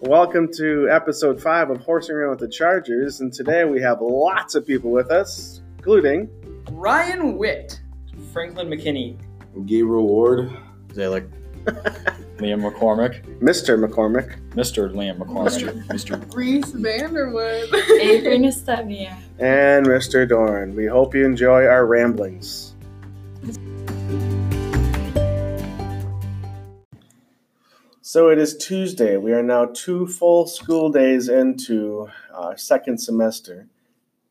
Welcome to episode five of Horsing Around with the Chargers, and today we have lots of people with us, including Ryan Witt, Franklin McKinney. Gabriel Ward. Zalek, Liam McCormick, Mr. McCormick. Mr. Liam McCormick, Mr. Reese Vanderwood. Avery Nestania. And Mr. Dorn, we hope you enjoy our ramblings. So it is Tuesday. We are now two full school days into our second semester.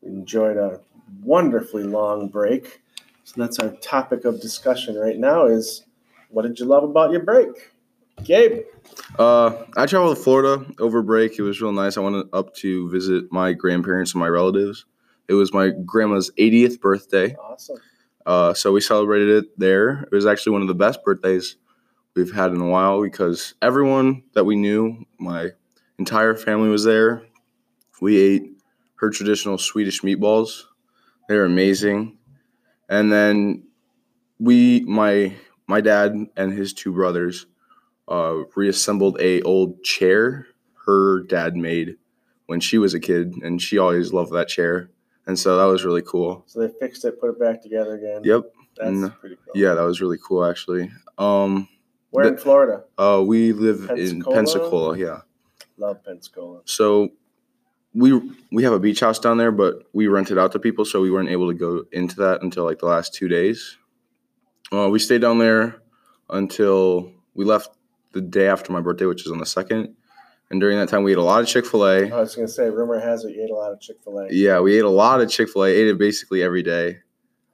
We enjoyed a wonderfully long break. So that's our topic of discussion right now is what did you love about your break? Gabe. Uh, I traveled to Florida over break. It was real nice. I went up to visit my grandparents and my relatives. It was my grandma's 80th birthday. Awesome. Uh, so we celebrated it there. It was actually one of the best birthdays we've had in a while because everyone that we knew, my entire family was there. We ate her traditional Swedish meatballs. They were amazing. And then we, my my dad and his two brothers, uh, reassembled a old chair her dad made when she was a kid, and she always loved that chair. And so that was really cool. So they fixed it, put it back together again. Yep. That's No. pretty cool. Yeah, that was really cool actually. Um, We're in The- Florida. Uh, we live in Pensacola? Pensacola, yeah. Love Pensacola. So we we have a beach house down there, but we rent it out to people, so we weren't able to go into that until like the last two days. Uh, we stayed down there until we left the day after my birthday, which is on the second. And during that time, we ate a lot of Chick Fil I A. was gonna say, rumor has it you ate a lot of Chick Fil A. Yeah, we ate a lot of Chick Fil A. Ate it basically every day.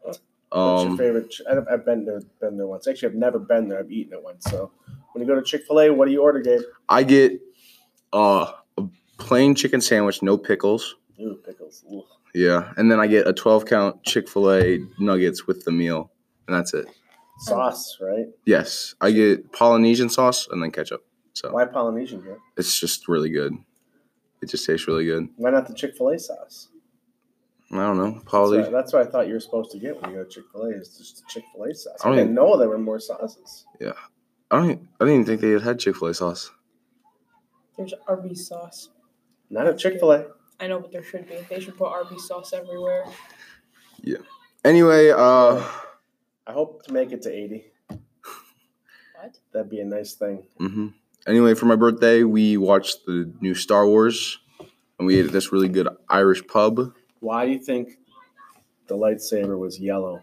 What's your Um, favorite? Ch- I don't- I've been there, been there once. Actually, I've never been there. I've eaten it once. So when you go to Chick Fil A, what do you order, Gabe? I get uh, a plain chicken sandwich, no pickles. Ooh, pickles. Ooh. Yeah, and then I get a 12 count Chick fil A nuggets with the meal, and that's it. Sauce, right? Yes, I get Polynesian sauce and then ketchup. So Why Polynesian? Gabe? it's just really good. It just tastes really good. Why not the Chick Fil A sauce? I don't know. That's what, Poly. that's what I thought you were supposed to get when you go to Chick Fil A. Is just the Chick Fil A sauce. I I, don't didn't even- know there were more sauces. I don't. even- I didn't even think they had Chick fil A sauce. There's Arby's sauce. Not at Chick Fil A. I know, but there should be. They should put Arby's sauce everywhere. Anyway, uh, I hope to make it to eighty. What? That'd be a nice thing. hmm anyway, for my birthday, we watched the new Star Wars, and we ate at this really good Irish pub. Why do you think the lightsaber was yellow?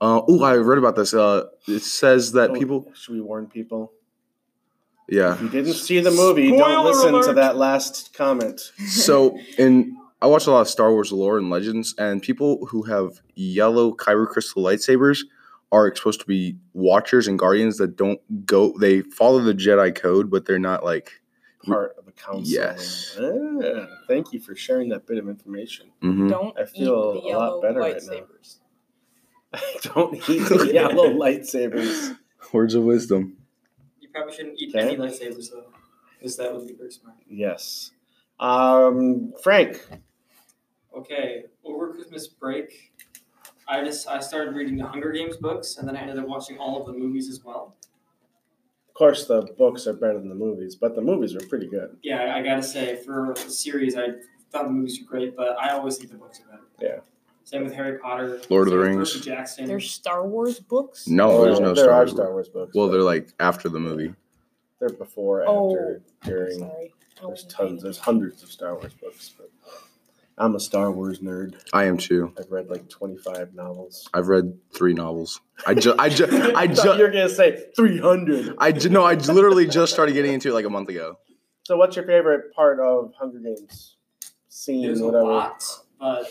Uh, oh, I read about this. Uh, it says that Oh, people. should we warn people? Yeah. If you didn't see the movie, don't Spoiler listen to alert. that last comment. so and I watch a lot of Star Wars lore and legends, and people who have yellow kyber crystal lightsabers are supposed to be watchers and guardians that don't go. They follow the Jedi code, but they're not like. Part of a council. Yes. Ah, thank you for sharing that bit of information. Mhm. Don't Mm, I feel eat a the lot yellow better right now. lightsabers. don't eat the yellow lightsabers. Words of wisdom. You probably shouldn't eat Okay. any lightsabers though, because that would be very smart. Yes. Um, Frank. Okay, over Christmas break, I just I started reading the Hunger Games books, and then I ended up watching all of the movies as well. Of course, the books are better than the movies, but the movies were pretty good. Yeah, I- I gotta say, for the series, I thought the movies were great, but I always think the books are better. Yeah. Same with Harry Potter, Lord of the same with Rings. Percy Jackson. There's Star Wars books. No, Oh, there's no there Star are Wars. Star Wars books. Well, but they're like after the movie. they're before, Oh, after, during. Sorry. I There's wasn't paying tons. There's attention. hundreds of Star Wars books. But I'm a Star Wars nerd. I am too. I've read like 25 novels. I've read three novels. I just, I just, thought I you just, were gonna say 300. I ju- no, I j- literally just started getting into it like a month ago. So, what's your favorite part of Hunger Games scene? There's a whatever. lot, but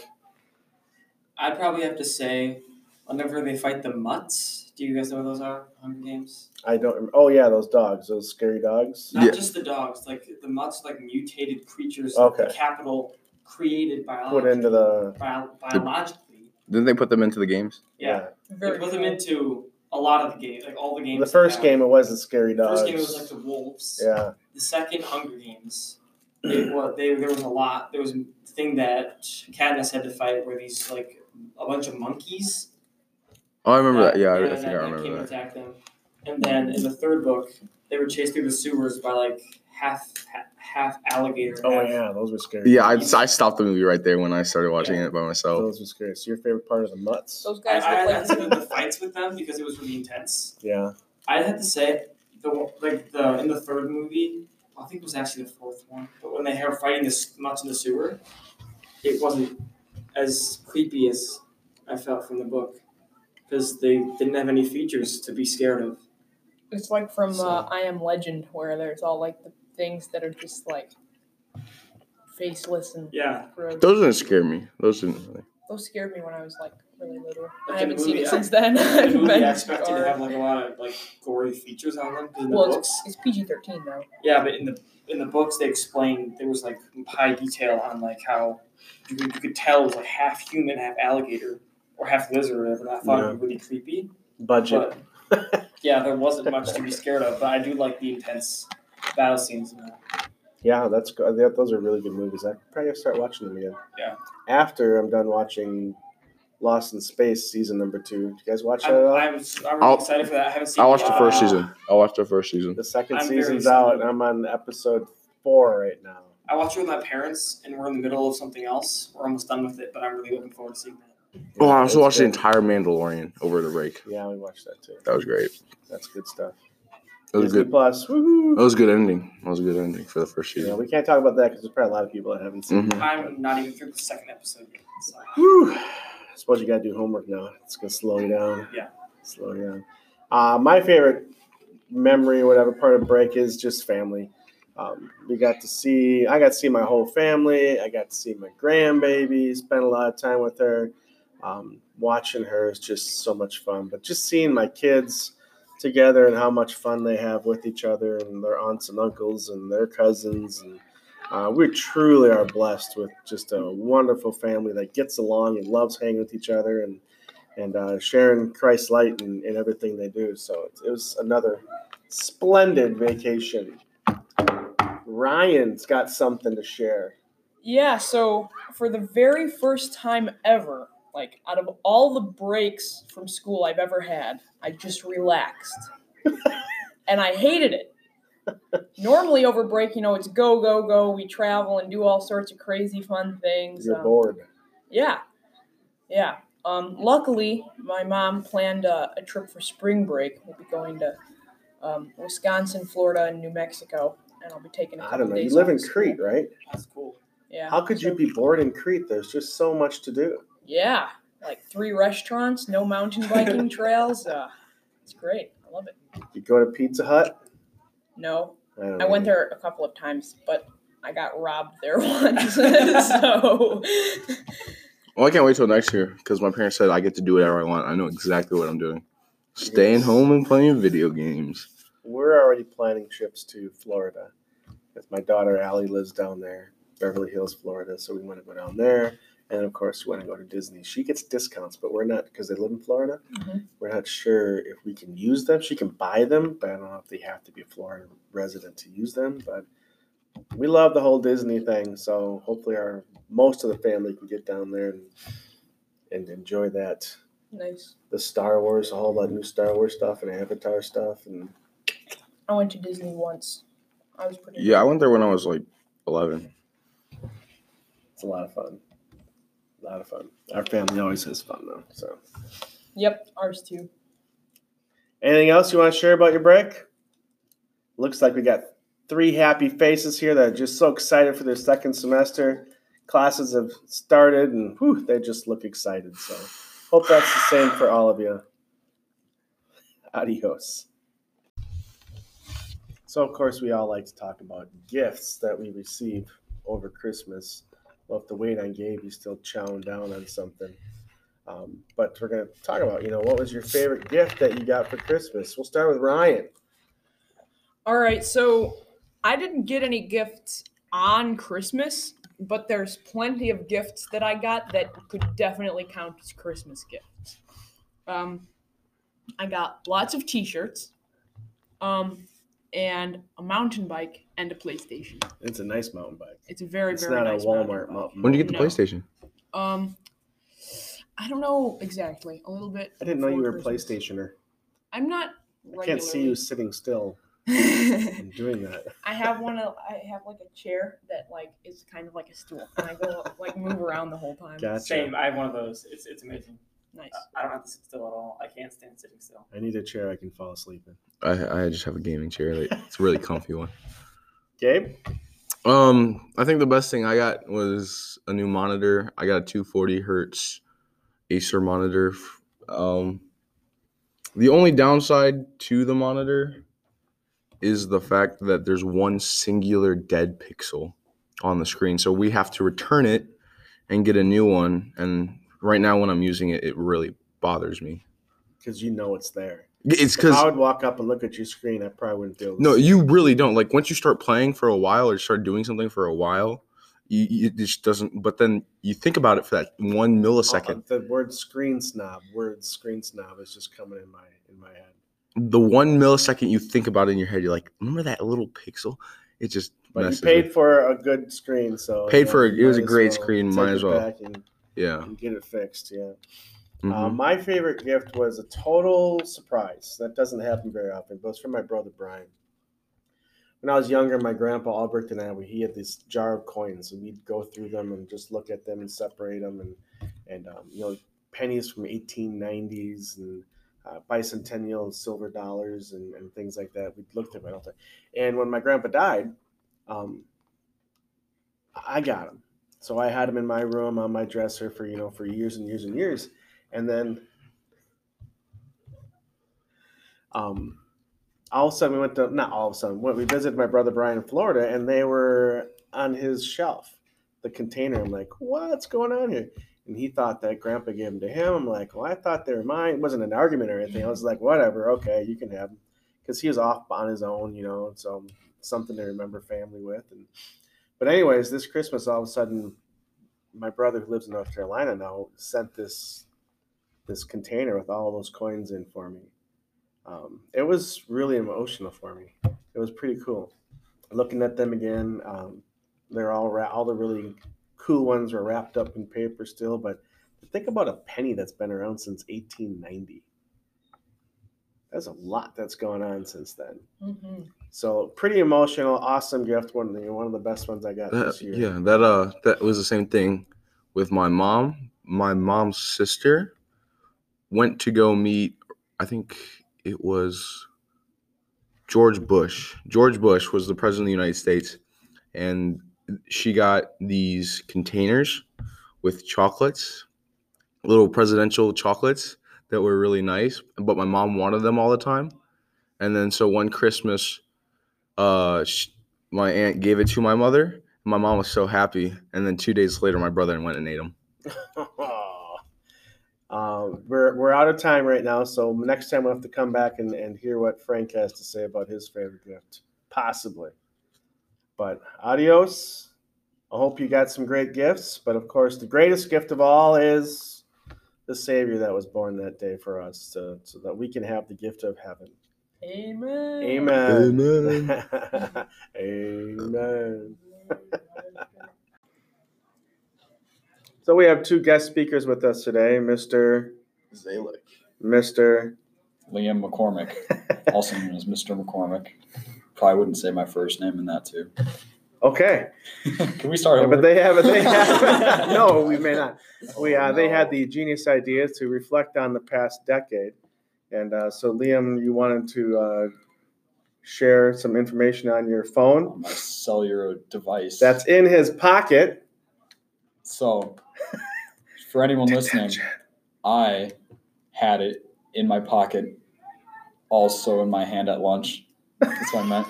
I'd probably have to say whenever they fight the mutts. Do you guys know what those are? Hunger Games. I don't. Rem- oh yeah, those dogs. Those scary dogs. Not Yeah. just the dogs, like the mutts, like mutated creatures. Okay. The capital created Put biologically. into the. bio- biologically. Didn't they put them into the games? Yeah. They Very put them cool. into a lot of the games, like all the yeah. games. The they first have. game it was the scary The dogs. first game was like the wolves. yeah. The second Hunger Games, it was they there was a lot. There was a thing that Katniss had to fight where these like a bunch of monkeys Oh, I remember that. Yeah, I- I that- think I that remember came that. and attacked them. And then in the third book, they were chased through the sewers by like half half alligator. Oh half- yeah, those were scary. Yeah, I, I stopped the movie right there when I started watching it by myself. those were scary. So your favorite part of the mutts? Those I, guys I, I had look some like of the fights with them because it was really intense. Yeah, I had to say the one- like the in the third movie, I think it was actually the fourth one, but when they were fighting the s- mutts in the sewer, it wasn't as creepy as I felt from the book because they didn't have any features to be scared of. it's like from So- uh, I Am Legend where there's all like the things that are just like faceless and Yeah, gross. Those didn't scare me. Those didn't. Really. Those scared me when I was like really little. Like I in the haven't seen movie, it I- since then. the I've movie been- I expected or- to have like a lot of like gory features on them 'cause in the well, it's, books. it's PG thirteen though. Yeah, but in the in the books they explained there was like high detail on like how you could, you could tell it was like half human, half alligator, or half lizard, or whatever. And I thought it was really creepy. budget. But yeah, there wasn't much to be scared of, but I do like the intense battle scenes. in that. yeah, that's good. Yeah, those are really good movies. I probably gotta start watching them again. Yeah. After I'm done watching Lost in Space season number two. Did you guys watch that? at I'm, all? I'm, I'm really I'll- excited for that. I haven't seen. I watched the it. first Uh, season. I watched the first season. the 2nd I'm very season's excited. out, and I'm on episode four right now. I watched it with my parents, and we're in the middle of something else. We're almost done with it, but I'm really looking forward to seeing that. Oh, I it's also watched the good. entire Mandalorian over the break. Yeah, we watched that too. That was great. That's good stuff. That was Disney good. Oh, Plus. Woohoo! That was a good ending. That was a good ending for the first Yeah, season. we can't talk about that because there's probably a lot of people that haven't seen. Mhm. it. I'm not even through the second episode yet. So. Whew. I suppose you gotta do homework now. It's gonna slow you down. Yeah. slow you down. Uh, my favorite memory, whatever part of break is just family. Um, we got to see. I got to see my whole family. I got to see my grandbaby. Spent a lot of time with her. Um, watching her is just so much fun. But just seeing my kids together and how much fun they have with each other and their aunts and uncles and their cousins and uh, we truly are blessed with just a wonderful family that gets along and loves hanging with each other and and uh, sharing Christ's light and, and everything they do. So it, it was another splendid vacation. Ryan's got something to share. Yeah, so for the very first time ever, like out of all the breaks from school I've ever had, I just relaxed. and I hated it. Normally over break, you know, it's go, go, go. We travel and do all sorts of crazy fun things. You're um, bored. Yeah. Yeah. Um, luckily, my mom planned a, a trip for spring break. We'll be going to um, Wisconsin, Florida, and New Mexico, and I'll be taking a I couple don't know. days You live off in of school. Crete, right? That's cool. Yeah. How could you so- be bored in Crete? There's just so much to do. Yeah, like three restaurants, no mountain biking trails. Uh, it's great. I love it. You go to Pizza Hut. No, don't I went know. there a couple of times, but I got robbed there once. so Well, I can't wait till next year because my parents said I get to do whatever I want. I know exactly what I'm doing. Staying Yes. home and playing video games. We're already planning trips to Florida because my daughter Allie lives down there, Beverly Hills, Florida. So we want to go down there, and of course we want to go to Disney. She gets discounts, but we're not because they live in Florida. Mhm. We're not sure if we can use them. She can buy them, but I don't know if they have to be a Florida resident to use them. But we love the whole Disney thing, so hopefully our most of the family can get down there and and enjoy that. nice. The Star Wars, all that new Star Wars stuff and Avatar stuff, and I went to Disney once. I was pretty. Yeah, I went there when I was like 11. It's a lot of fun. A lot of fun. Our family always has fun though. So, Yep, ours too. anything else you want to share about your break? Looks like we got three happy faces here that are just so excited for their second semester. Classes have started, and whew, they just look excited. So, hope that's the same for all of you. Adios. So, of course, we all like to talk about gifts that we receive over Christmas. We'll have to wait on Gabe. He's still chowing down on something. Um, but we're going to talk about, you know, what was your favorite gift that you got for Christmas? We'll start with Ryan. All right, so I didn't get any gifts on Christmas, but there's plenty of gifts that I got that could definitely count as Christmas gifts. Um, I got lots of T-shirts, um, and a mountain bike and a PlayStation. It's a nice mountain bike. It's a very It's very not nice a Walmart mountain bike. mountain When bike. did you get the No. PlayStation? Um, I don't know exactly. A little bit. I didn't know you before were a Christmas. PlayStationer. I'm not. I can't see regularly- you sitting still I I'm doing that. have one. of- I have like a chair that like is kind of like a stool, and I go like move around the whole time. Gotcha. Same. I have one of those. It's it's amazing. Nice. I- I don't have to sit still at all. I can't stand sitting still. I need a chair I can fall asleep in. I, I just have a gaming chair. Like, it's a really comfy one. Gabe? Um, I think the best thing I got was a new monitor. I got a 240 hertz Acer monitor. Um, the only downside to the monitor is the fact that there's one singular dead pixel on the screen. So we have to return it and get a new one. And right now, when I'm using it, it really bothers me. Because you know it's there. It's If because I would walk up and look at your screen, I probably wouldn't be able to No, see. you really don't. Like once you start playing for a while or start doing something for a while, you, you it just doesn't. But then you think about it for that one millisecond. Uh, the word screen snob, word screen snob is just coming in my in my head. The one millisecond you think about it in your head, you're like, remember that little pixel? It just But messes you with- paid for a good screen, so Paid for a- it you was a might as great screen, take might it as well. back and- Yeah. and get it fixed, yeah. mhm. Uh, my favorite gift was a total surprise. That doesn't happen very often, but it's from my brother Brian. When I was younger, my grandpa Albert and I, we, he had this jar of coins, and we'd go through them and just look at them and separate them, and and um, you know pennies from 1890s and uh, bicentennial and silver dollars and, and things like that. We'd look through them all the time. And when my grandpa died, um, I got him. So I had him in my room on my dresser for you know for years and years and years and then um all of a sudden we went to not all of a sudden went, we visited my brother brian in florida and they were on his shelf the container i'm like what's going on here and he thought that grandpa gave them to him i'm like well i thought they were mine it wasn't an argument or anything i was like whatever okay you can have them because he was off on his own you know so something to remember family with and but anyways this christmas all of a sudden my brother who lives in north carolina now sent this this container with all those coins in for me. Um, it was really emotional for me. It was pretty cool. Looking at them again, um, they're all ra- all the really cool ones were wrapped up in paper still. But think about a penny that's been around since 1890. That's a lot that's gone on since then. Mm-hmm. So pretty emotional, awesome gift. One of the one of the best ones I got That- this year. yeah, that uh, that was the same thing with my mom. My mom's sister went to go meet. I think it was George Bush. George Bush was the president of the United States, and she got these containers with chocolates, little presidential chocolates that were really nice. But my mom wanted them all the time, and then so one Christmas, uh, sh my aunt gave it to my mother. My mom was so happy, and then two days later, my brother went and ate them. um, Uh, we're, we're out of time right now, so next time we'll have to come back and, and hear what Frank has to say about his favorite gift, possibly. But adios. I hope you got some great gifts, but of course, the greatest gift of all is the Savior that was born that day for us, to, so that we can have the gift of heaven. Amen. Amen. Amen. Amen. Amen. So we have two guest speakers with us today, Mr. Zalek. Mr. Liam McCormick, also known as Mr. McCormick. Probably wouldn't say my first name in that too. Okay, Can we start Yeah, over? but they have. They have no, we may not. We uh, they had no. the genius idea to reflect on the past decade, and uh, so Liam, you wanted to uh, share some information on your phone On my cellular device. that's in his pocket. So, for anyone listening, I had it in my pocket, also in my hand at lunch. That's what I meant.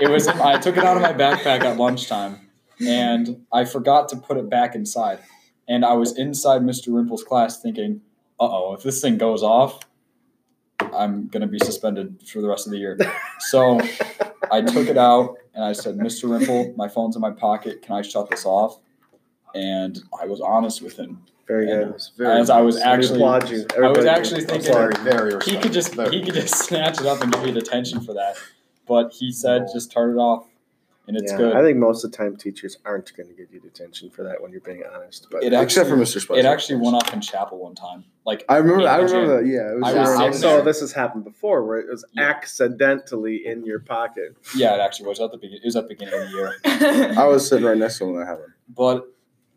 It was. I took it out of my backpack at lunchtime, and I forgot to put it back inside. And I was inside Mr. Rimple's class, thinking, "Uh oh, if this thing goes off, I'm gonna be suspended for the rest of the year." So I took it out and I said, "Mr. Rimple, my phone's in my pocket. Can I shut this off?" And I was honest with him. Very Yeah. good. As I was actually, we applaud you. I was Everybody- actually I'm thinking sorry. very he could just he could just snatch it up and give me detention for that, but he said just turn it off. and it's Yeah, good. I think most of the time teachers aren't going to give you detention for that when you're being honest. But It Except for Mr. actually- Spicer. it actually went off in chapel one time. Like I remember. in I the remember that. Yeah, it I was. was just- sitting so there. this has happened before, where it was Yeah. accidentally in your pocket. yeah, it actually was at the beginning. It was at the beginning of the year, I was sitting right next to him when that happened. but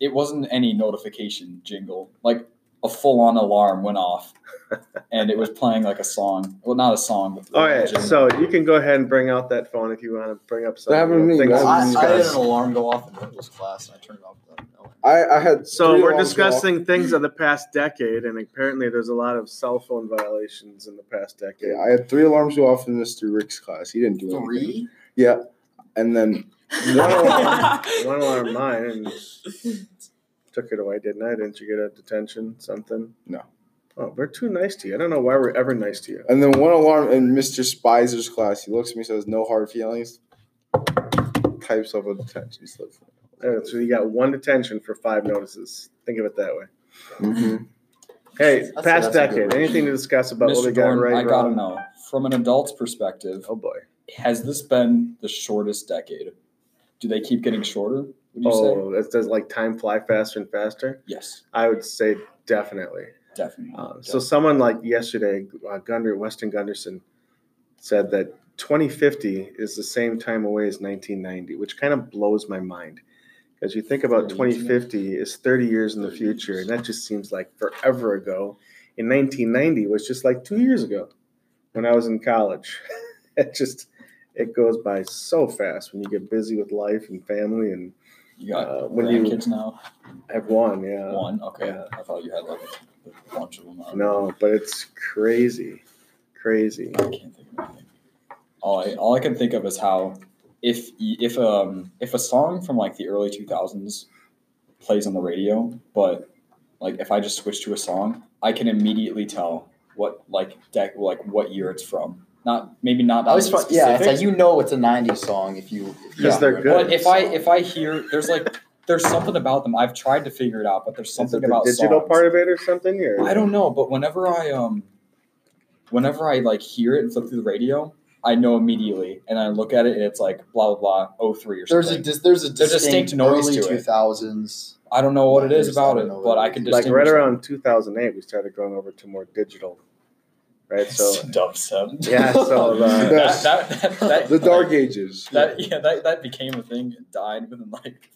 it wasn't any notification jingle. Like a full on alarm went off, and it was playing like a song. Well, not a song. But All right, jingle. Oh, so you can go ahead and bring out that phone if you want to bring up some That happened to me, things guys. we I, I had discussed. an alarm go off in Windows class, and I turned it off. without knowing. I, I had. So three we're alarms go off. discussing things of the past decade, and apparently there's a lot of cell phone violations in the past decade. Yeah, I had three alarms go off in Mr. Rick's class. He didn't do anything. Three? Yeah, and then One alarm mine and took it away, didn't I? Didn't you get a detention, something? No. Oh, we're too nice to you. I don't know why we're ever nice to you. and then one alarm in Mr. Spicer's class. He looks at me, says, "No hard feelings." Types up a detention slip. Uh, So you got one detention for five notices. Think of it that way. Mm-hmm. Hey, That's- past that's a good decade. ratio. Anything to discuss about what we Mr. got Dorn, right? I gotta wrong? know from an adult's perspective: Oh boy. Has this been the shortest decade? Do they keep getting shorter? Would you say? Oh, it does like time fly faster and faster. Yes, I would say definitely. definitely. Uh, so someone like yesterday, uh, Gunder Weston Gunderson, said that 2050 is the same time away as 1990, which kind of blows my mind because you think about 30 years. 2050 is 30 years in the 30 future, years. and that just seems like forever ago. In 1990 was just like two years ago when I was in college. it just it goes by so fast when you get busy with life and family and you got uh, when you- grandkids now. have one. Yeah, One. Uh, Okay, yeah. I thought you had like a bunch of them. already. no, but it's crazy, crazy. I can't think of anything. All I, all I can think of is how if if um if a song from like the early two thousands plays on the radio, but like if I just switch to a song, I can immediately tell what like deck like what year it's from. Not maybe not. I always not find, yeah, it's like specifics, you know it's a '90s song if you if you Because they're hear it. good. But if I if I hear there's like there's something about them. I've tried to figure it out, but there's something is it about the digital songs. part of it or something? Or I don't know, but whenever I um, whenever I like hear it and flip through the radio, I know immediately, and I look at it and it's like blah blah blah 03 or there's a something. dis- there's a There's distinct, a distinct noise early to it. 2000s. I don't know what it is I about don't it, know but what I it can is. like distinguish right around 2008, we started going over to more digital, right? So dubstep. yeah, Oh, so uh, the, that, that, that, that, The Dark Ages. That yeah, that, that became a thing. It died within like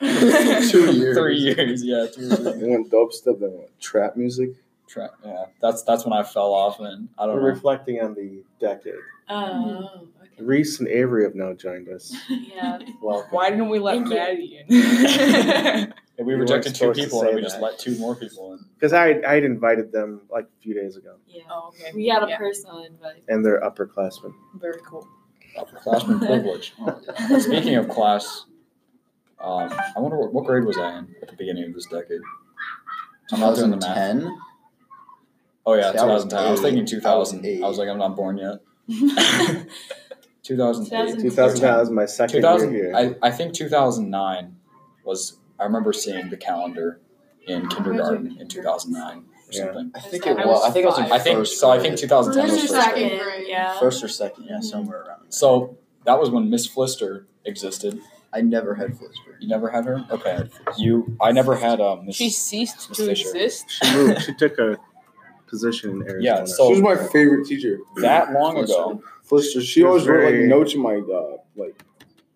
Two years. three years. Yeah, two or three. It went dubstep, then went trap music. Tra- yeah. That's that's when I fell off, and I we're don't know. reflecting on the decade. Mm-hmm. Oh, okay. Reese and Avery have now joined us. Yeah. Welcome. Why didn't we let Thank you. Maddie in? And we You weren't rejected two supposed to people, and say we just that. let two more people in. Because I I would invited them like a few days ago, Yeah. oh, okay. We got a Yeah. personal invite. and they're upperclassmen. Very cool. Upperclassman privilege. Speaking of class, um, I wonder what, what grade was I in at the beginning of this decade? I'm not doing the math. 2010. Oh yeah, That was 2010. I was thinking eight. 2000. That was I was like, I'm not born yet. 2008. 2008. 2009 was my second 2000 year here. I, I think 2009 was. I remember seeing the calendar in kindergarten in 2009 or Yeah. something. I think it I was. was I think it was. in five. I think first so. I think grade. 2010 First was or first grade. second, grade. yeah. first or second. Yeah, Mhm. somewhere around. there. So that was when Miss Flister existed. I never had Flister. You never had her. Okay. You. I never had um. Miss, She ceased Miss to Fisher. exist. she moved. She took a position in Arizona. Yeah, so- She was my favorite teacher. that long ago. Flister. She She was always wrote like very- notes in my uh, like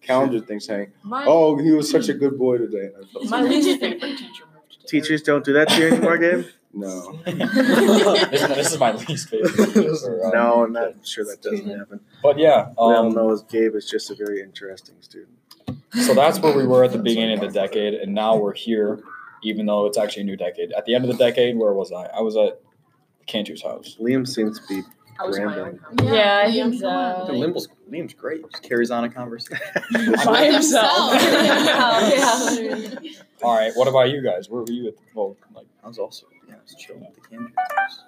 calendar things saying, My, "Oh, he was such a good boy today." And I felt my like, least favorite teacher moved to teachers don't do that to you anymore, Gabe. no. this, this is my least favorite. or, um, no, I'm not sure that doesn't happen. But yeah, we all um, know is Gabe is just a very interesting student. so that's where we were at the beginning of the decade, and now we're here, even though it's actually a new decade. At the end of the decade, where was I? I was at Cantor's house. Liam seems to be I was in my own rambling. house. Yeah, I Liam, think come on. so. The Limble's, Liam's great. Just carries on a conversation. By himself. himself. All right, what about you guys? Where were you at? The, well, like I was also yeah, I was chilling at the camera.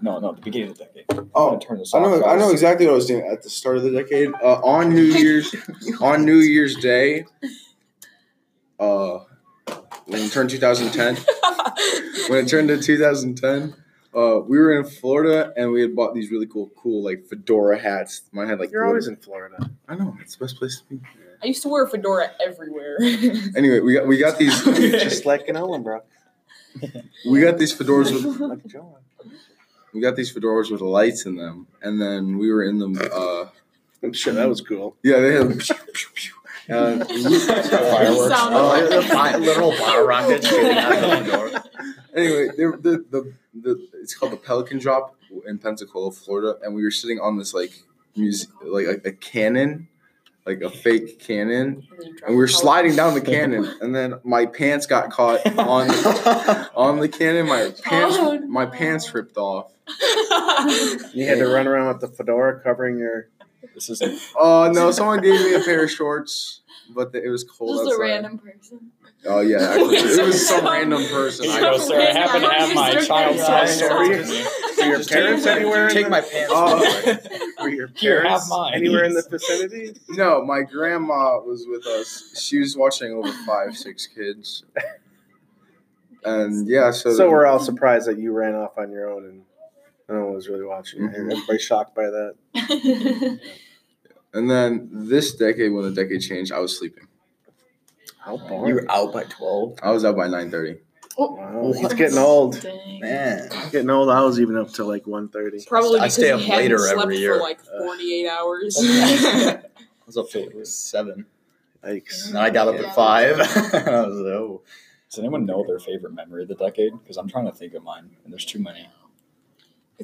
no, no, the beginning of the decade. I'm Oh, gonna turn this I off. know. I know guys. exactly what I was doing at the start of the decade. Uh, on New Year's, on New Year's Day, uh, when it turned 2010, when it turned to 2010, Uh, we were in Florida and we had bought these really cool, cool like fedora hats. Mine had like You're glitter- always in Florida. I know it's the best place to be. I used to wear a fedora everywhere. Anyway, we got we got these Just like an Ellenbrook. we got these fedoras with Like John. we got these fedoras with lights in them, and then we were in the uh, I'm sure that was cool. yeah they had. Uh, Fireworks. Sound Oh, yeah, the fire- literal fire rockets shooting out of the door. anyway, they, the, the the it's called the Pelican Drop in Pensacola, Florida, and we were sitting on this like music like, like a cannon, like a fake cannon, and we were sliding down the cannon, and then my pants got caught on on the cannon. My pants Oh, my pants ripped off. You had to run around with the fedora covering your. This isn't. Oh no! Someone gave me a pair of shorts, but the, it was cold Just outside. a random person. Oh yeah, actually, it was some Some- random person. Here I you go, don't- sir. I happen to have my child size Sorry. shorts. Were your Just parents take- anywhere? in Take the- my pants. Oh. off. Were your parents Here, have mine. anywhere in the vicinity? No, my grandma was with us. She was watching over five, six kids. And yeah, so, So, we're all surprised that you ran off on your own and no one was really watching. Mhm. Everybody's shocked by that. and then this decade, when the decade changed, I was sleeping. How You were out by twelve. I was out by nine thirty. Wow, he's getting old. Dang. Man. Getting old. I was even up till like 1.30. Probably I because stay up he hadn't later every slept year. for like Uh, 48 hours. I was up till like seven. Yikes. And I got up Yeah. at five. I was like, oh. Does anyone know their favorite memory of the decade? Because I'm trying to think of mine, and there's too many.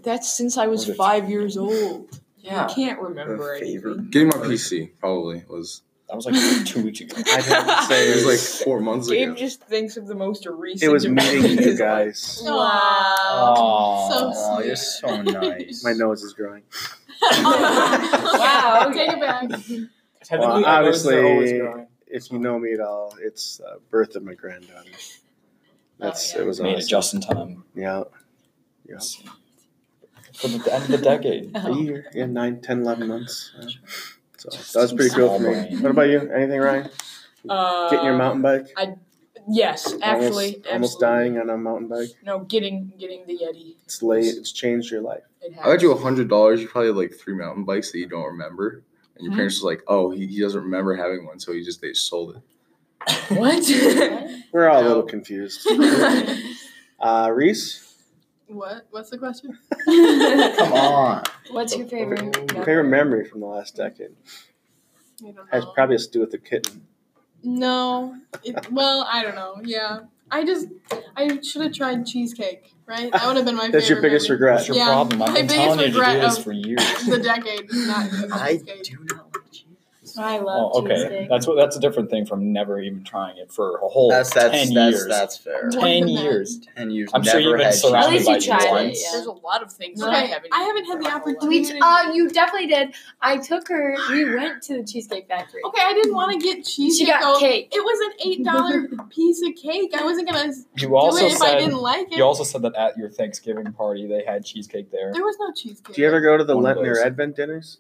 That's since I was Was it- five years old. I Yeah. can't remember anything. Getting my PC probably was That was like two weeks ago. I'd have to say it was like four months Gabe ago. just thinks of the most recent. It was event in meeting you his life. guys. Wow. Aw. So Aw, you're so nice. My nose is growing. wow. Take it back. Technically, I noticed they're always obviously- growing. If you know me at all, it's uh, birth of my granddaughter. That's Oh, yeah. it was Made it awesome. just in time. Yeah. For the end of the decade. A Oh. year, yeah, nine, ten, eleven months. yeah. So that was pretty cool for me. What about you? Anything, Ryan? Uh, Getting your mountain bike? Yes, actually, almost, almost absolutely. dying on a mountain bike. No, getting getting the Yeti. It's late. It's changed your life. It I got you has. hundred dollars. You probably had like three mountain bikes that you don't remember, and your parents was like, "Oh, he, he doesn't remember having one, so he just they sold it." What? We're all a No. little confused. what? Uh, Reese, What? What's the question? Come on. What's your favorite? favorite memory from the last decade I don't has know. probably has to do with the kitten. No. It, well, I don't know. Yeah. I just, I should have tried cheesecake, right? That would have been my That's your favorite. biggest memory. regret. That's your Yeah, problem. I've my been biggest telling you to do regret this of- for years. The decade is not using I cheesecake. do not like cheese. I love Oh, okay. cheesecake. That's what. That's a different thing from never even trying it for a whole That's that's ten that's years. that's fair. More ten than that. years. Ten years. I'm sure never you've been had cheese. surrounded At least by you tried it, once. yeah. There's a lot of things. No, that I I- haven't. I haven't had the eaten. opportunity. We t- oh, you definitely did. I took her. We went to the Cheesecake Factory. Okay, I didn't want to get She cheesecake. got though. cake. It was an eight dollar piece of cake. I wasn't gonna You also do it if I said didn't like it. you also said that at your Thanksgiving party they had cheesecake there. there was no cheesecake. Do you ever go to the One of Lenten or those. Advent dinners?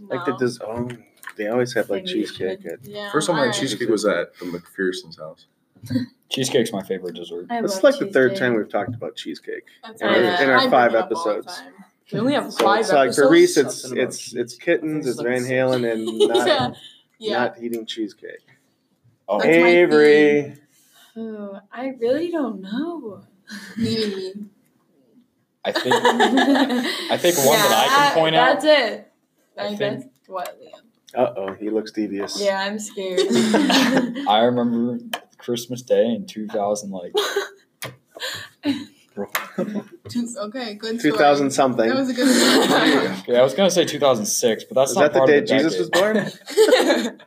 Like the No. does oh they always have like They need cheesecake at Yeah, First time I all had right. cheesecake was at the McPherson's house. Cheesecake's my favorite dessert. I this is love like the third cheesecake. time we've talked about cheesecake. That's in all our- right. in our I bring five it up all the episodes. time. We only have So five it's like episodes. for Reese it's Something about it's it's kittens, It's it's like Van Halen and not yeah, yeah. not eating cheesecake. Oh, That's my Avery. Oh, I really don't know. Leading me. I think I think one that I Yeah, can point out. That's it. I Like, think- that's what, Liam? Uh oh, he looks devious. Yeah, I'm scared. I remember Christmas Day in 2000, like Two, okay, good. Two story. thousand something. That was a good story. okay, I was gonna say 2006, but that's Is that not the part day of the Jesus was decade. born?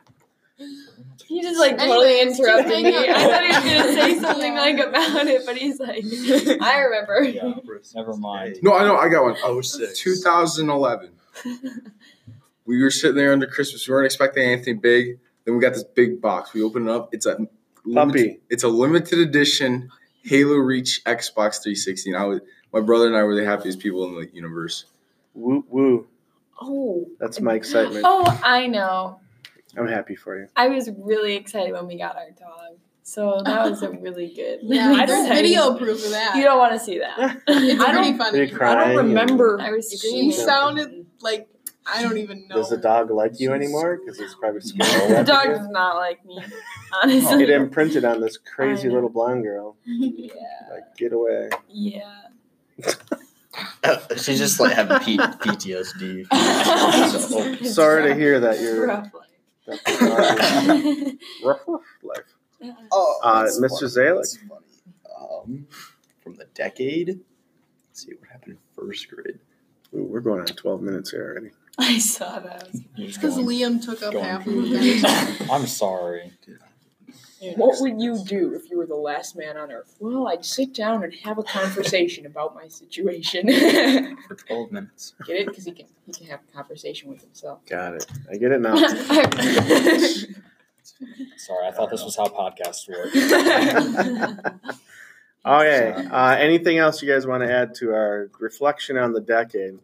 he just like totally Anyways, interrupted me. I thought he was gonna say Yeah. something like about it, but he's like, I remember. Yeah, never mind. No, I know. I got one. Oh, six. 2011. we were sitting there under Christmas. We weren't expecting anything big. Then we got this big box. We open it up. It's a limited, Puppy. it's a limited edition Halo Reach Xbox 360. And I was my brother and I were the happiest people in the universe. Woo woo. Oh. That's my excitement. Oh, I know. I'm happy for you. I was really excited when we got our dog. So that was a really good. Yeah, I there's don't- video proof of that. You don't want to see that. it's I pretty don't- funny. You're I crying don't and- remember. I was She screaming. sounded like I don't even know. Does the her. dog like you anymore? Because it's probably No. the dog does not like me, honestly. It imprinted on this crazy I know. little blonde girl. yeah. Like, get away. Yeah. Oh, She's just like having P- PTSD. It's Sorry to hear that you're. rough life. that the dog is- Ruff, ruff, life. Oh, Uh, that's Mr. funny. Zalek. That's funny. Um, from the decade. Let's see what happened in first grade. Ooh, we're going on 12 minutes here already. I saw that. You're It's just because going, Liam took up going half of through it. this. I'm sorry. What would you do if you were the last man on earth? Well, I'd sit down and have a conversation about my situation. Get For 12 minutes. it? Because he can he can have a conversation with himself. Got it. I get it now. Sorry, I thought this was how podcasts work. okay. Uh, anything else you guys want to add to our reflection on the decade?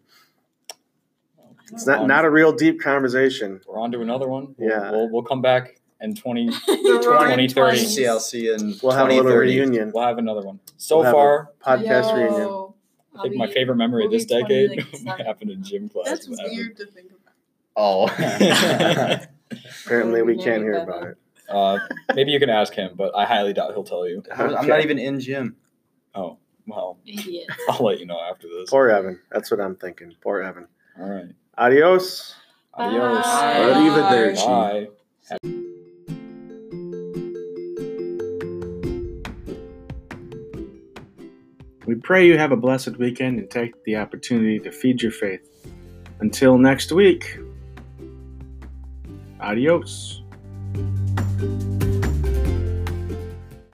It's not, not a real deep conversation. We're on to another one. We'll, Yeah. we'll, we'll come back in 20. See, I'll see you in We'll have a little 2030. reunion, We'll have another one. So We'll have a- far, podcast reunion. Yo, I think my favorite memory of we'll this be 20, decade like, happened in gym class. That's with Evan. weird to think about. Oh. Apparently, we Yeah, can't hear yeah. about it. Uh, maybe you can ask him, but I highly doubt he'll tell you. I'm not even in gym. Oh, well, Idiot. I'll let you know after this. Poor Evan. That's what I'm thinking. Poor Evan. All right. Adios. Adios. Bye. Arrivederci. Bye. We pray you have a blessed weekend and take the opportunity to feed your faith. Until next week, adios.